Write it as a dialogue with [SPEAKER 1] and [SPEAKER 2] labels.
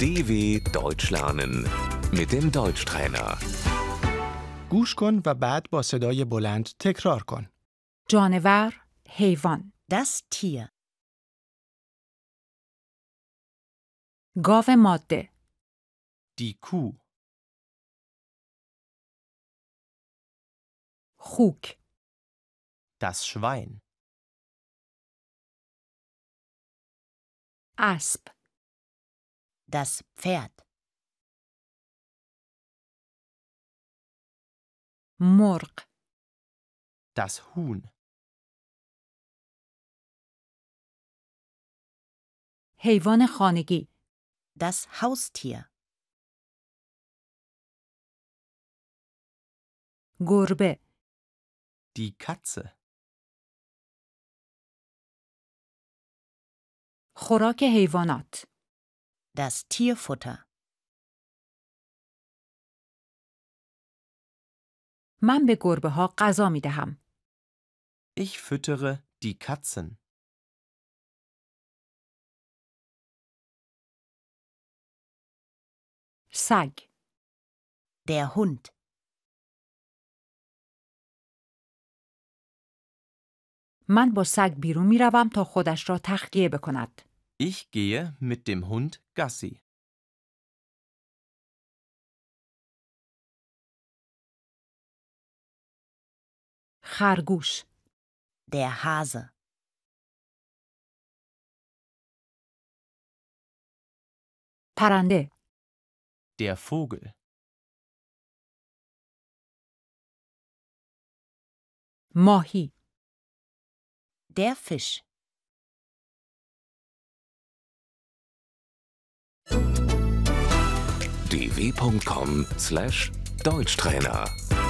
[SPEAKER 1] DW Deutsch lernen mit dem Deutschtrainer.
[SPEAKER 2] گوش کن و بعد با صدای بلند تکرار کن.
[SPEAKER 3] جانور حیوان
[SPEAKER 4] Das Tier.
[SPEAKER 3] گاو ماده
[SPEAKER 2] die Kuh,
[SPEAKER 3] خوک
[SPEAKER 5] Das Schwein.
[SPEAKER 3] اسب
[SPEAKER 4] Das Pferd.
[SPEAKER 3] مرغ
[SPEAKER 5] Das Huhn.
[SPEAKER 3] حیوان خانگی
[SPEAKER 4] Das Haustier.
[SPEAKER 3] گربه
[SPEAKER 5] Die Katze.
[SPEAKER 3] خوراک حیوانات
[SPEAKER 4] Das Tierfutter.
[SPEAKER 3] من به گربه ها غذا می دهم
[SPEAKER 5] Ich füttere die Katzen.
[SPEAKER 3] سگ
[SPEAKER 4] Der Hund.
[SPEAKER 3] من با سگ بیرون می روم تا خودش را تخلیه بکند
[SPEAKER 5] Ich gehe mit dem Hund Gassi.
[SPEAKER 3] خرگوش
[SPEAKER 4] Der Hase.
[SPEAKER 3] پرنده
[SPEAKER 5] Der Vogel.
[SPEAKER 3] ماهی
[SPEAKER 4] Der Fisch.
[SPEAKER 1] dw.com/deutschtrainer